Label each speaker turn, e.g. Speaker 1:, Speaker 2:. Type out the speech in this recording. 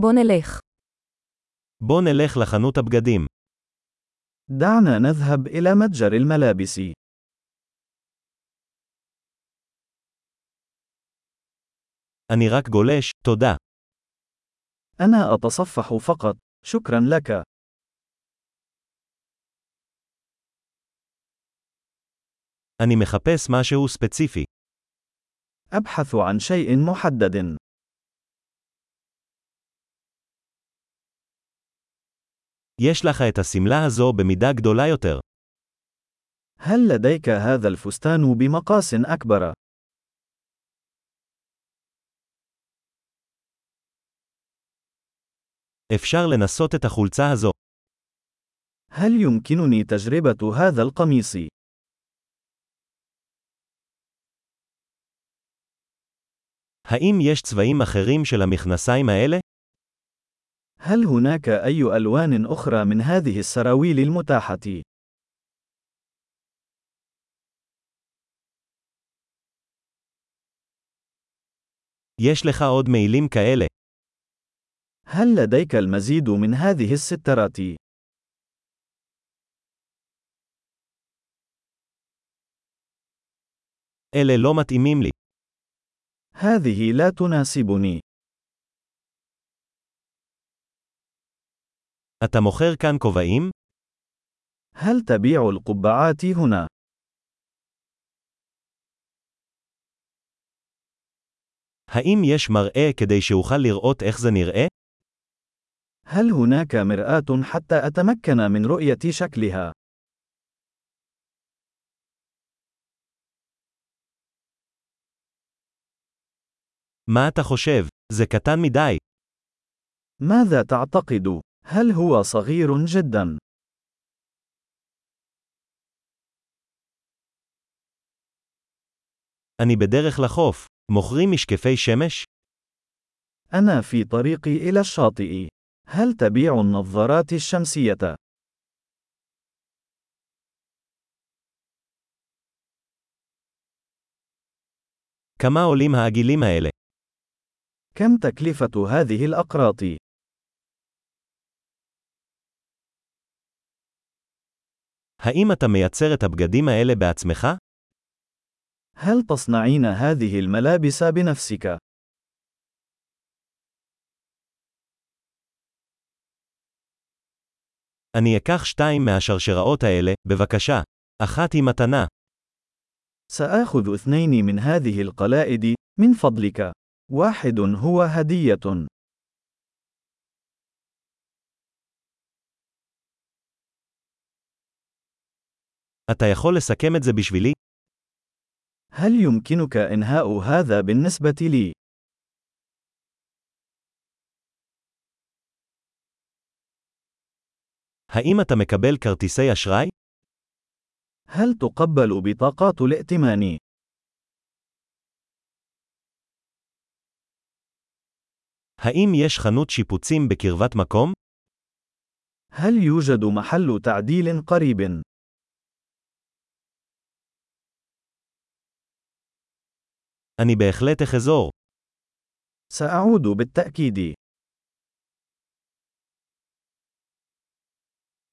Speaker 1: בוא נלך.
Speaker 2: בוא נלך לחנות הבגדים.
Speaker 3: دعنا نذهب إلى متجر الملابس.
Speaker 2: אני רק גולש, תודה.
Speaker 3: أنا أتصفح فقط. شكرا لك.
Speaker 2: אני מחפש משהו ספציפי.
Speaker 3: أبحث عن شيء محدد.
Speaker 2: יש לך את השמלה הזו במידה גדולה יותר.
Speaker 3: هل لديك هذا الفستان بمقاس أكبر؟
Speaker 2: אפשר לנסות את החולצה הזו.
Speaker 3: هل يمكنني تجربة هذا القميص؟
Speaker 2: האם יש צבעים אחרים של המכנסיים האלה?
Speaker 3: هل هناك أي ألوان أخرى من هذه السراويل المتاحة؟
Speaker 2: יש לך עוד מעילים כאלה.
Speaker 3: هل لديك المزيد من هذه السترات؟
Speaker 2: אלה לא מתאימים לי.
Speaker 3: هذه لا تناسبني.
Speaker 2: אתה מוכר כאן כובעים?
Speaker 3: هل تبيع القبعات هنا؟
Speaker 2: האם יש מראה כדי שאוכל לראות איך זה נראה?
Speaker 3: هل هناك مرآة حتى أتمكن من رؤية شكلها؟
Speaker 2: מה אתה חושב? זה קטן מדי.
Speaker 3: ماذا تعتقد؟ هل هو صغير جدا؟
Speaker 2: אני בדרך לחוף. מוכרים משקפי שמש?
Speaker 3: أنا في طريقي إلى الشاطئ. هل تبيع النظارات الشمسية؟
Speaker 2: כמה עולים העגילים האלה?
Speaker 3: كم تكلفة هذه الأقراط؟
Speaker 2: האם אתה מייצר את הבגדים האלה בעצמך?
Speaker 3: هل تصنعين هذه الملابس بنفسك؟
Speaker 2: אני אקח שתיים מהשרשראות האלה, בבקשה. אחת היא מתנה.
Speaker 3: سآخذ اثنين من هذه القلائد، من فضلك. واحد هو هدية.
Speaker 2: אתה יכול לסכם את זה בשבילי?
Speaker 3: هل يمكنك إنهاء هذا بالنسبة لي؟
Speaker 2: האם אתה מקבל כרטיסי אשראי?
Speaker 3: هل تقبل بطاقات الائتمان؟
Speaker 2: האם יש חנות שיפוצים בקרבת מקום?
Speaker 3: هل يوجد محل تعديل قريب؟
Speaker 2: אני בהחלט אחזור.
Speaker 3: سأعود بالتأكيد.